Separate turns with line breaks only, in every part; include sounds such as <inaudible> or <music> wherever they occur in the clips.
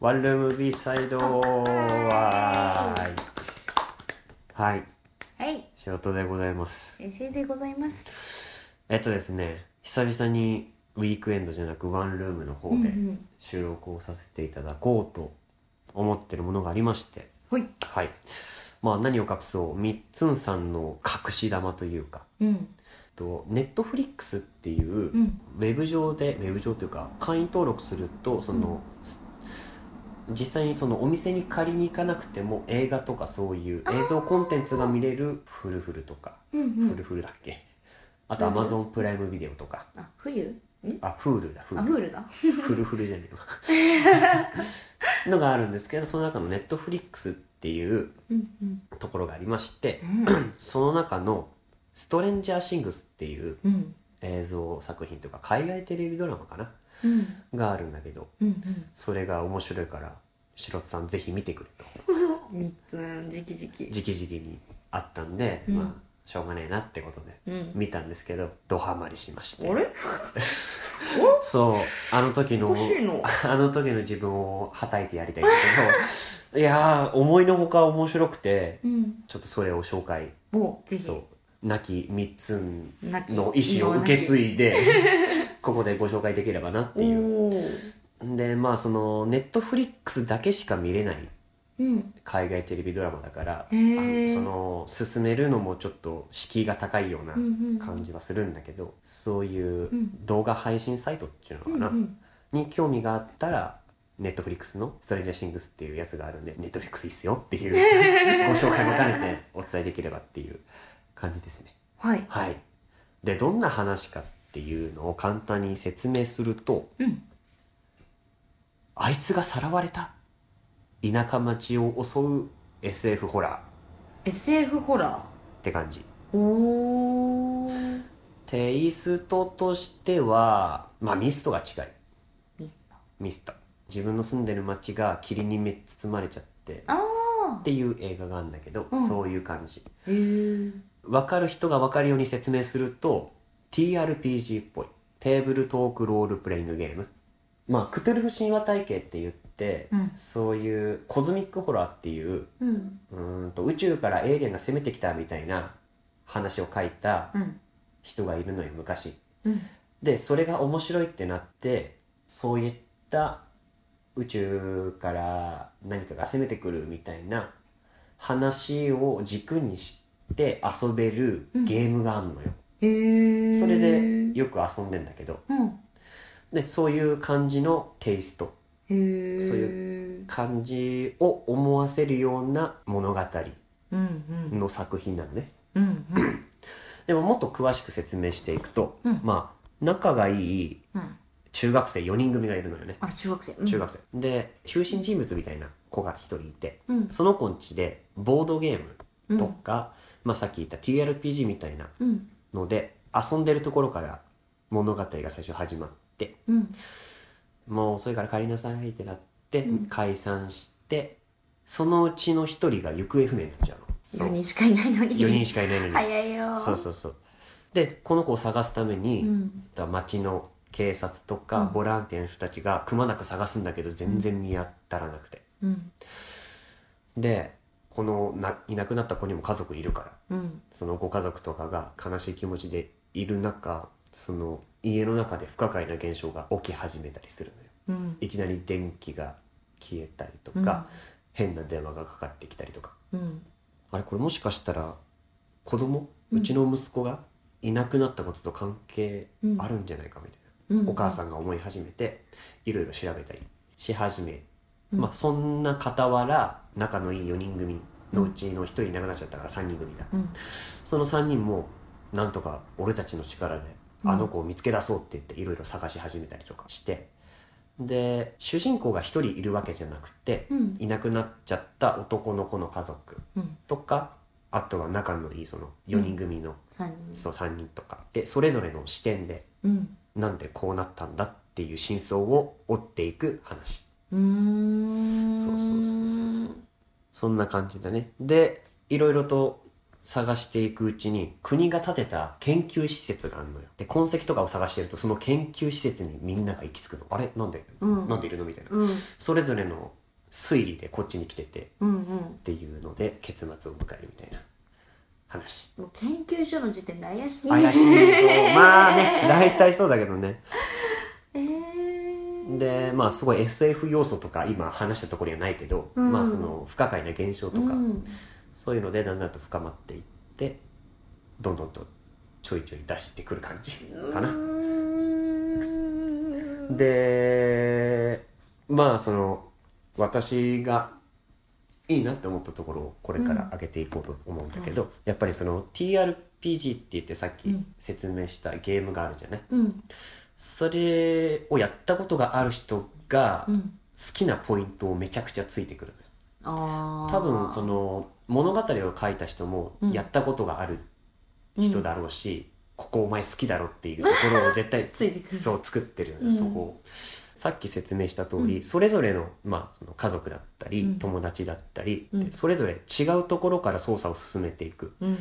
ワンルームビーチサイドは
はい
はい
はい、
仕事でございます
先生でございます。
えっとですね久々にウィークエンドじゃなくワンルームの方
うんう
で
ん
収録をさせていただこうと思ってるものがありまして
はい、
はいまあ何を隠そうみっつんさんの隠し玉というか
うん、
とネットフリックスっていう
うん、
ウェブ上でウェブ上というか会員登録するとその、実際にそのお店に借りに行かなくても映画とかそういう映像コンテンツが見れるフルフルとか、
うん、う
フル
ん。
フルだっけあとアマゾンプライムビデオとか
あ、冬。
あフールだフー
あ、フ
ル
ールだ。
フルフルじゃね
<laughs>
えわのがあるんですけどその中のネットフリックスっていう
うん、うん、
ところがありまして
うん、
その中の「ストレンジャーシングス」っていう
うん、
映像作品というか海外テレビドラマかな
うん、
があるんだけど
うん、
それが面白いから白津さんぜひ見てくれと
うん。三つん、じきじき。
直々にあったんで、
うん
まあしょうがねえなってことで
うん。
見たんですけどドハマりしまして
あれ、
そうあの時
お
の
かしいの。
あの時の自分をはたいてやりたいんだ
<laughs>
けどいやー思いのほか面白くて
うん、
ちょっとそれを紹介
もう、ぜひ。
そう亡き三つん
泣き
の意思を受け継
い
い
<laughs>
でここでご紹介できればなっていう
おおー。
でまあそのネットフリックスだけしか見れない
うん、
海外テレビドラマだから、
へー
あのその進めるのもちょっと敷居が高いような
うん、うん。
感じはするんだけど、そういううん動画配信サイトっていうのか
うん、
な、
うん。
に興味があったらネットフリックスの「ストレンジャーシングス」っていうやつがあるんでネットフリックスいいっすよっていう
<laughs>
ご紹介も兼ねてお伝えできればっていう感じですね。
はい。
はい、でどんな話かっていうのを簡単に説明すると
うん、
あいつがさらわれた田舎町を襲う SF ホラー
SF ホラ
って感じ
ー。おお。
テイストとしてはまあミストが近い
ミスター
ミスト自分の住んでる町が霧にめ包まれちゃって
ああ
っ。ていう映画があるんだけど、
うん
そういう感じ
へえ。
分かる人が分かるように説明すると TRPG っぽいテーブルトークロールプレイングゲームまあクトゥルフ神話体系って言って、
うん
そういうコズミックホラーっていう
うん、
うーんと宇宙からエイリアンが攻めてきたみたいな話を書いた
うん、
人がいるのよ昔
うん。
でそれが面白いってなってそういった宇宙から何かが攻めてくるみたいな話を軸にして遊べるゲームがあるのよ、
へえ。
それでよく遊んでんだけど
うん。
でそういう感じのテイスト
へえ。
そう
いう。
感じを思わせるような物語
うんうん。
の作品なのね
うんうん。
でももっと詳しく説明していくと、
うん
まあ仲がいい
うん。
中学生4人組がいるのよね
あ、中学生。
中学生、で中心人物みたいな子が一人いて
うん。
その子んちでボードゲーム
うん。
とか、まあ、さっき言った TRPG みたいな
うん。
ので遊んでるところから物語が最初始まって
うん。
もう遅いから帰りなさいってなって
うん
解散して、そのうちの一人が行方不明になっちゃうの
4人しかいないのに。
4人しかいないのに、
早いよ。
そうそうそうでこの子を探すために、
うん。
町の警察と
う
か
ん
ボランティアの人たちがくまなく探すんだけど全然見当たらなくて
うん。
でこのないなくなった子にも家族いるから
うん。
そのご家族とかが悲しい気持ちでいる中その家の中で不可解な現象が起き始めたりするのよ
うん。
いきなり電気が消えたりとか、変な電話がかかってきたりとか
うん。
あれこれもしかしたら子供
うん
うちの息子がいなくなったことと関係あるんじゃないかみたいな、
うん。
お母さ
ん。
んが思い始めていろいろ調べたりし始め、
うん
まあそんな傍ら仲のいい4人組のうちの1人いなくなっちゃったから3人組だ、
うん。
その3人もなんとか俺たちの力で
うん
あの子を見つけ出そうって言っていろいろ探し始めたりとかしてで主人公が1人いるわけじゃなくて
うん。
いなくなっちゃった男の子の家族
うん。
とかあとは仲のいいその4人組の、
3人。
そう3人とかでそれぞれの視点で
うん。
なんでこうなったんだっていう真相を追っていく話
うーん。
そうそうそうそうそうそんな感じだねでいろいろと探していくうちに国が建てた研究施設があるのよで痕跡とかを探してるとその研究施設にみんなが行き着くのあれなんで、
うん
なんでいるのみたいな
うん
それぞれの推理でこっちに来ててっ
うんうん
ていうので結末を迎えるみたいな話
もう研究所の時点で怪しい
怪しいそうまあね大体そうだけどね
えー、
でまあすごい SF 要素とか今話したところにはないけど、
うん
まあその不可解な現象とか、
うん
そういうのでだんだんと深まっていってどんどんとちょいちょい出してくる感じか
う
な。
ーん
でまあその私がいいなって思ったところをこれから上げていこうと思うんだけど、やっぱりその TRPG って言ってさっ
う
き
ん
説明したゲームがあるじゃない、
うん
それをやったことがある人が
う
好
ん
きなポイントをめちゃくちゃついてくるのよ
あー
多分その物語を書いた人も
うん
やったことがある人だろうし、ここお前好きだろっていうとこ
<laughs>
ろを絶対
ついてくる
そう作ってるよね、
うん
そこをさっき説明した通り、
うん
それぞれの,、まあその家族だったり、
うん
友達だったり、
うん
それぞれ違うところから捜査を進めていく
うん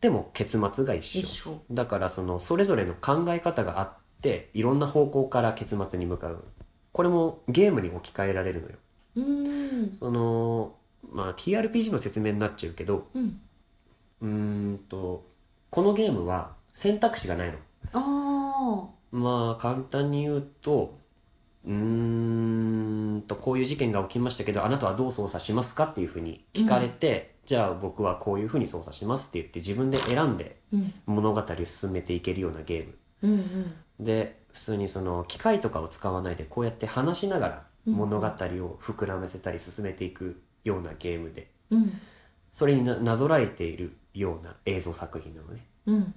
でも結末が一緒
一緒
だからそのそれぞれの考え方があっていろんな方向から結末に向かうこれもゲームに置き換えられるのよ
うーん
その、まあ、TRPG の説明になっちゃうけど
うん
うーんとこのゲームは選択肢がないの
あ
まあ簡単に言うとうーんとこういう事件が起きましたけどあなたはどう操作しますかっていうふうに聞かれて、じゃあ僕はこういうふうに操作しますって言って自分で選んで
ーうん
物語を進めていけるようなゲーム
うんうん
で普通にその機械とかを使わないでこうやって話しながら
うん
物語を膨らませたり進めていくようなゲームで
うん
それにななぞらえているような映像作品なのね
うん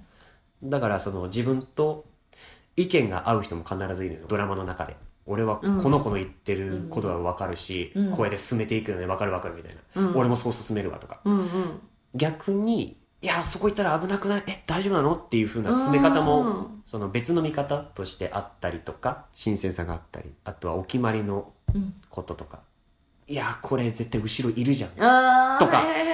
だからその自分と意見が合う人も必ずいるのドラマの中で俺はこ
うん
の子の言ってることは分かるし、
うん
こうやって進めていくよね分かる分かるみたいな、
うん
俺もそう進めるわとか
うんうん
逆にいやそこ行ったら危なくないえ大丈夫なのっていう風な進め方もその別の見方としてあったりとか新鮮さがあったりあとはお決まりの
うん
こととかいやこれ絶対後ろいるじゃん
あー
とか
はいはいは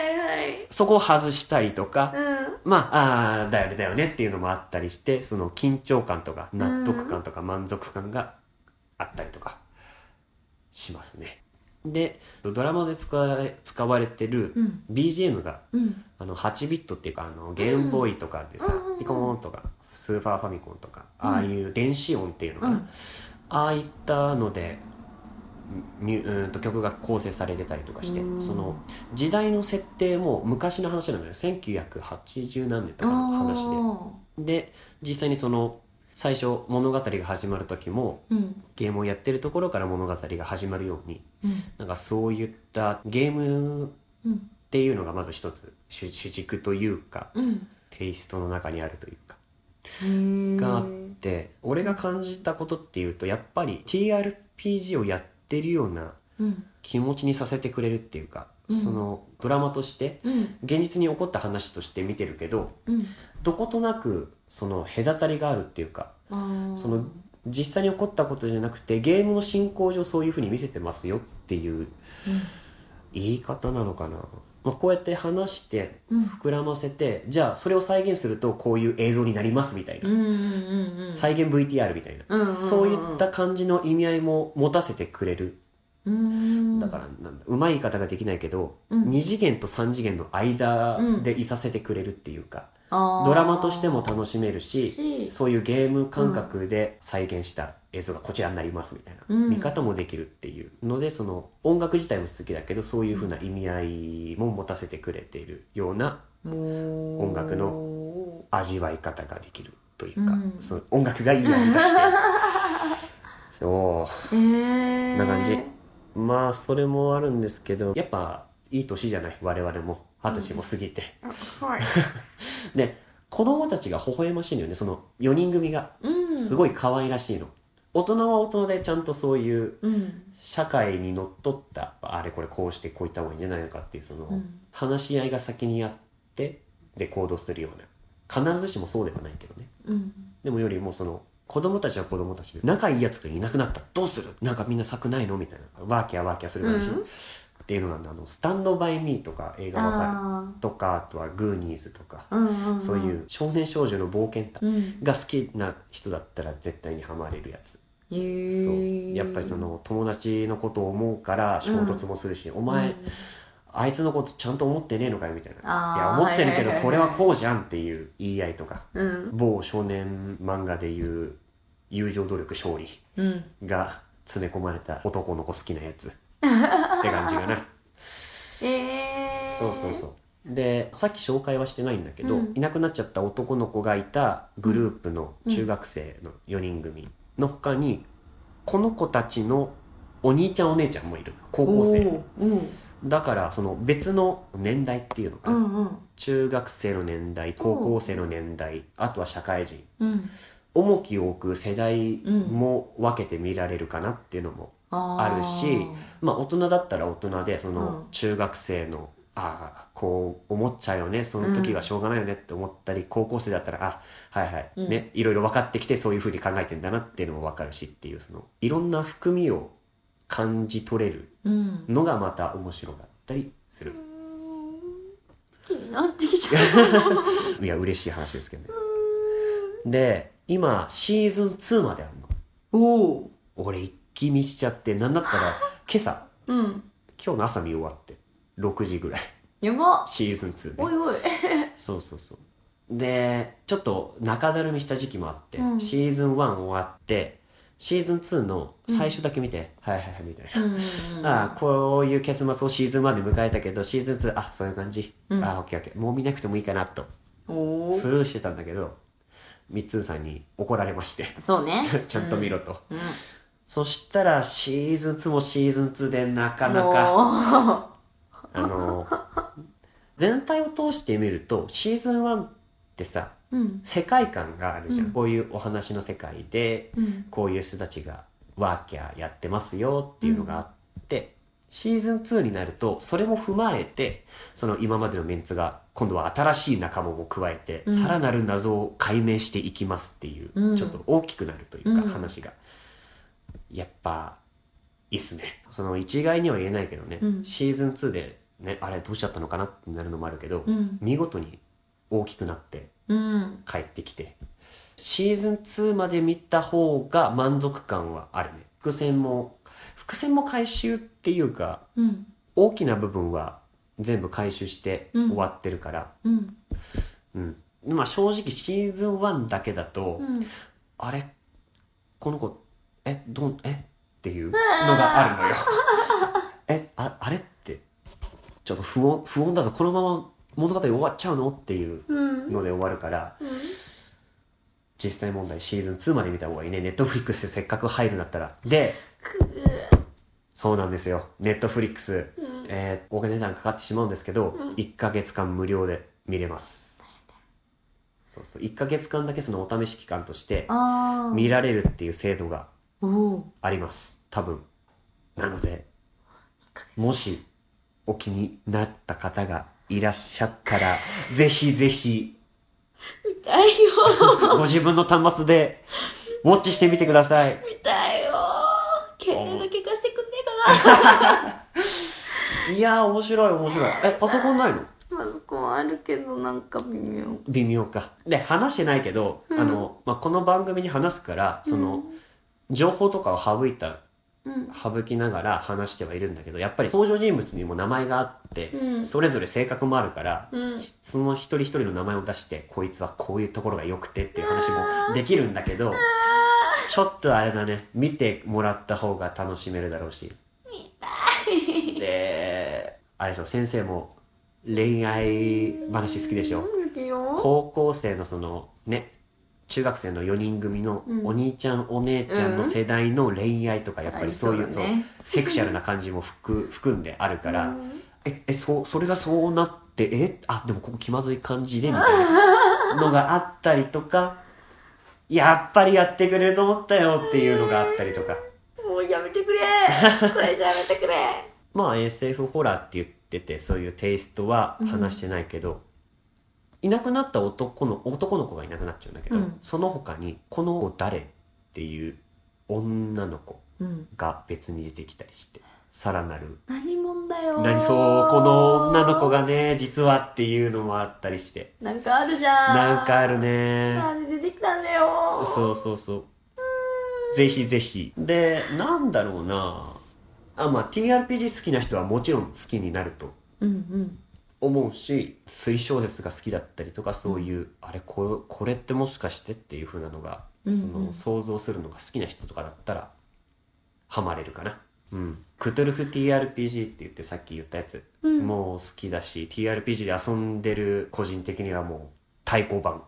い
そこを外したりとか、
はい
まあ、あーだよねだよねっていうのもあったりして、その緊張感とか納得感とか満足感があったりとかしますね。で、ドラマで使われ使われてる
うん
BGM が、
うん
あの、8ビットっていうか、あの、ゲームボーイとかでさ
うんうん、
ピコーンとか、スーパーファミコンとか、
うん
ああいう電子音っていうの
う
か
ん
な。ああいったので、ミュうーんと曲が構成されてたりとかして、
うん
その時代の設定も昔の話なのよ1980何年とかの話でで実際にその最初物語が始まる時も
でうん
ゲームをやってるところから物語が始まるように
うん
なんかそういったゲームっ
うん
ていうのがまず一つ主主軸というか
うん
テイストの中にあるというか
へー
があって俺が感じたことっていうとやっぱり TRPG をやってるような
うん
気持ちにさせてくれるっていうか、
うん
そのドラマとして
うん
現実に起こった話として見てるけど
うん
どことなくその隔たりがあるっていうか
あー
その実際に起こったことじゃなくてゲームの進行上そういう風に見せてますよっていう言い方なのかな、まあ、こうやって話して
うん
膨らませてじゃあそれを再現するとこういう映像になりますみたい
うん
な、
うんうんうん
再現 VTR みたいな、
うんうんうん
そういった感じの意味合いも持たせてくれる
うん
だからなんだうまい言い方ができないけど、
うん
2次元と3次元の間でいさせてくれるっていうか、
あー
ドラマとしても楽しめるし
し
そういうゲーム感覚で再現した映像がこちらになりますみたいな、
うん
見方もできるっていうのでその音楽自体も好きだけどそういう風な意味合いも持たせてくれているような
音
音楽
の
味わい方ができるというか、
うん
その音楽がいい味がしてそう
えー、
な感じまあそれもあるんですけどやっぱいい年じゃない我々も二十歳も過ぎて、
はい、
で子供たちが微笑ましいのよねその4人組が
うん、
す
い、
ごい可愛らしいの、大人は大人でちゃんとそういう
うん
社会にのっとったあれこれこうしてこういった方がいいんじゃないのかっていうその、
うん
話し合いが先にあってで行動するような必ずしもそうではないけどね
うん、
でもよりもその子供たちは子供たちで仲いいやつがいなくなったどうするなんかみんな策ないのみたいなワーキャーワーキャーする話、
うん
っていうのがあの「スタンド・バイ・ミー」とか映画わか
あ
るとかあとは「グーニーズ」とか
ーうんうんうん、
そういう少年少女の冒険
うん、
が好きな人だったら絶対にハマれるやつ
へ
そう
ー
やっぱりその友達のことを思うから衝突もするし「お
うん
前あいつのことちゃんと思ってねえのかよ」みたいな「
あー
いや思ってるけど
はいはいはいはい
これはこうじゃん」っていう言い合いとか
うん
某少年漫画でいう友情努力勝利
うん
が詰め込まれた男の子好きなやつって感じかな
えー、
そうそうそうでさっき紹介はしてないんだけど、
うん
いなくなっちゃった男の子がいたグループの中学生の4人組の他にこの子たちのお兄ちゃんお姉ちゃんもいる高校生
おーうん
だからその別の年代っていうのか
う
な、
んうん
中学生の年代高校生の年代あとは社会人
うん
重きを置く世代も分けて見られるかなっていうのも、
あー
あるしまあ大人だったら大人でそ
うん
の中学生の、ああこう思っちゃうよねその時はしょうがないよねって思ったり、高校生だったらあはいはい、
うん
ねいろいろ分かってきてそういうふうに考えてんだなっていうのも分かるしっていうそのいろんな含みを感じ取れる
うん
のがまた面白かったりす
<laughs>
る、
気になってきちゃう
いや嬉しい話ですけどね、で今シーズン2まであるの
おお
俺一気見しちゃってなんだったら今朝
うん
今日の朝見終わって6時ぐらい
やば
シーズン2で
おいおい
そうそうそうでちょっと中だるみした時期もあって、
うん
シーズン1終わってシーズン2の最初だけ見て、はいはいはいみたいな、ああこういう結末をシーズン1で迎えたけどシーズン2あそういう感じ、
うん
ああオッケーオッケーもう見なくてもいいかなと
おお
ス
ー
ルーしてたんだけどみっつんさんに怒られまして
そうね
<laughs> ちゃんと見ろと、
うんうん
そしたらシーズン2もシーズン2でなかなか
か
あの全体を通して見るとシーズン1ってさ
うん
世界観があるじゃん、
うん
こういうお話の世界で
うん
こういう人たちがワーキャーやってますよっていうのがあって、シーズン2になるとそれも踏まえてその今までのメンツが今度は新しい仲間も加えて、
うん
さらなる謎を解明していきますっていう、
うん
ちょっと大きくなるというか、
うん
話がやっぱいいっすねその一概には言えないけどね、
うん
シーズン2でねあれどうしちゃったのかなってなるのもあるけど、
うん
見事に大きくなって
うん
帰ってきてシーズン2まで見た方が満足感はあるね伏線も伏線も回収っていうか
うん
大きな部分は全部回収して
うん
終わってるから
うん
うん、まあ正直シーズン1だけだと、
うん
あれこの子えどんえっていうのがあるのよ <laughs> えああれってちょっと不穏不穏だぞこのまま物語終わっちゃうのっていう
うん
ので終わるから実際問題シーズン2まで見た方がいいねネットフリックスせっかく入るんだったらでそうなんですよネットフリックス、えーお金値段かかってしまうんですけど、
うん
1ヶ月間無料で見れますそうそう1ヶ月間だけそのお試し期間として
ああ
見られるっていう制度が
おお
あります多分なのでもしお気になった方がいらっしゃったらぜひぜひ
見たいよ
ご自分の端末でウォッチしてみてください
見たいよ携帯の怪我してくんね
いやー面白い面白いえパソコンないの
えかなマスコンあるけどなんか微妙
微妙かで話してないけど、
うん
あのまあ、この番組に話すからその、情報とかを省いた
うん
省きながら話してはいるんだけどやっぱり登場人物にも名前があって、
うん
それぞれ性格もあるから
うん
その一人一人の名前を出してこいつはこういうところが良くてっていう話もできるんだけどちょっとあれだね見てもらった方が楽しめるだろうし
見たい
であれでしょ先生も恋愛話好きでしょ
好きよ
高校生のそのね中学生の4人組の
うん
お兄ちゃん、お姉ちゃんの世代の恋愛とかやっぱりそういう,、
あだね
セクシャルな感じも含含んであるから、
うん
ええそうそれがそうなってえあでもここ気まずい感じでみたい
<laughs>
なのがあったりとかやっぱりやってくれると思ったよっていうのがあったりとか
もうやめて
<laughs>
くれこれじゃやめてくれ
まあ SF ホラーって言っててそういうテイストは話してないけど、いなくなった男の男の子がいなくなっちゃうんだけど、
うん
その他に「この子誰?」っていう女の子
うん
が別に出てきたりしてさらなる
何者だよー
何そうこの女の子がね実はっていうのもあったりして
なんかあるじゃん
なんかあるね
なんで出てきたんだよー
そうそうそうぜひぜひでなんだろうなあまあ TRPG 好きな人はもちろん好きになると
うん
思うし推小説が好きだったりとかそういう、あれこれこれってもしかしてっていう風なのが、
うんうん
その想像するのが好きな人とかだったらハマれるかなうんクトゥルフ TRPG って言ってさっき言ったやつ、
うんうん
もう好きだし TRPG で遊んでる個人的にはもう太鼓判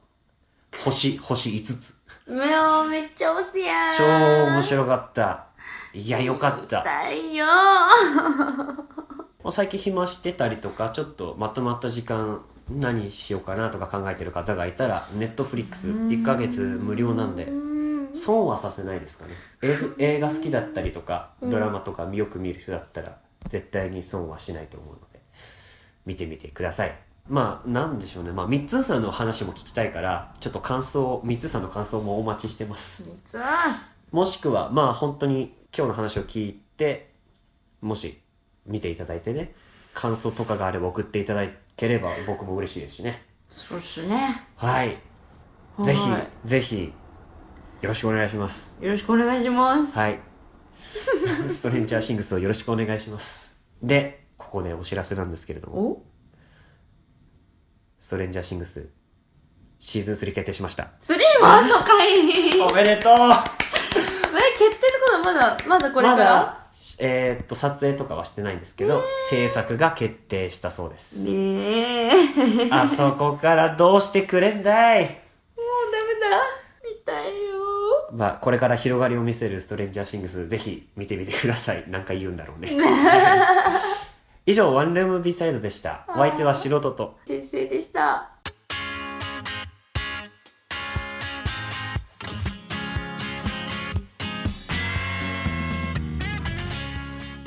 星星5つ
うわーめっちゃ押すやん
超面白かったいやよかった
痛いよ
もう最近暇してたりとかちょっとまとまった時間何しようかなとか考えてる方がいたらネットフリックス1ヶ月無料なんで
うん
損はさせないですかね映画映画好きだったりとか
うん
ドラマとかよく見る人だったら絶対に損はしないと思うので見てみてくださいまあなんでしょうねまあ三つさんの話も聞きたいからちょっと感想三つさんの感想もお待ちしてます
実は
もしくは、まあ本当に今日の話を聞いて、もし見ていただいてね、感想とかがあれば送っていただければ僕も嬉しいですしね。
そうっすね
はい。
はい
ぜひ、ぜひ、よろしくお願いします。
よろしくお願いします <laughs>
はい。ストレンジャーシングスをよろしくお願いします。で、ここでお知らせなんですけれども、
お
ストレンジャーシングス、シーズン3決定しました。
スリーもあんのかいまだ
おめでとう
決定ってことはまだまだこれか
ま
ら
だ、えーっと、撮影とかはしてないんですけど、制作が決定したそうです。
ねえもうダ
あそこからどうしてくれんだい
メだ見たいよ
まあ、これから広がりを見せるストレンジャーシングス、ぜひ見てみてください。なんか言うんだろう <laughs> ね。以上、ワンルームビサイドでした。お相手は素人と。
先生でした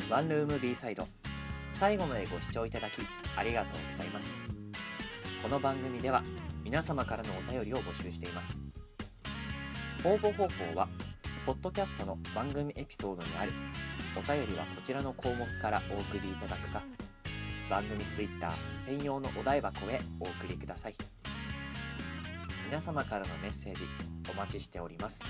ワンルーム B サイド最後までご視聴いただきありがとうございますこの番組では皆様からのお便りを募集しています応募方法はポッドキャストの番組エピソードにあるお便りはこちらの項目からお送りいただくか番組ツイッター専用のお台箱へお送りください皆様からのメッセージお待ちしております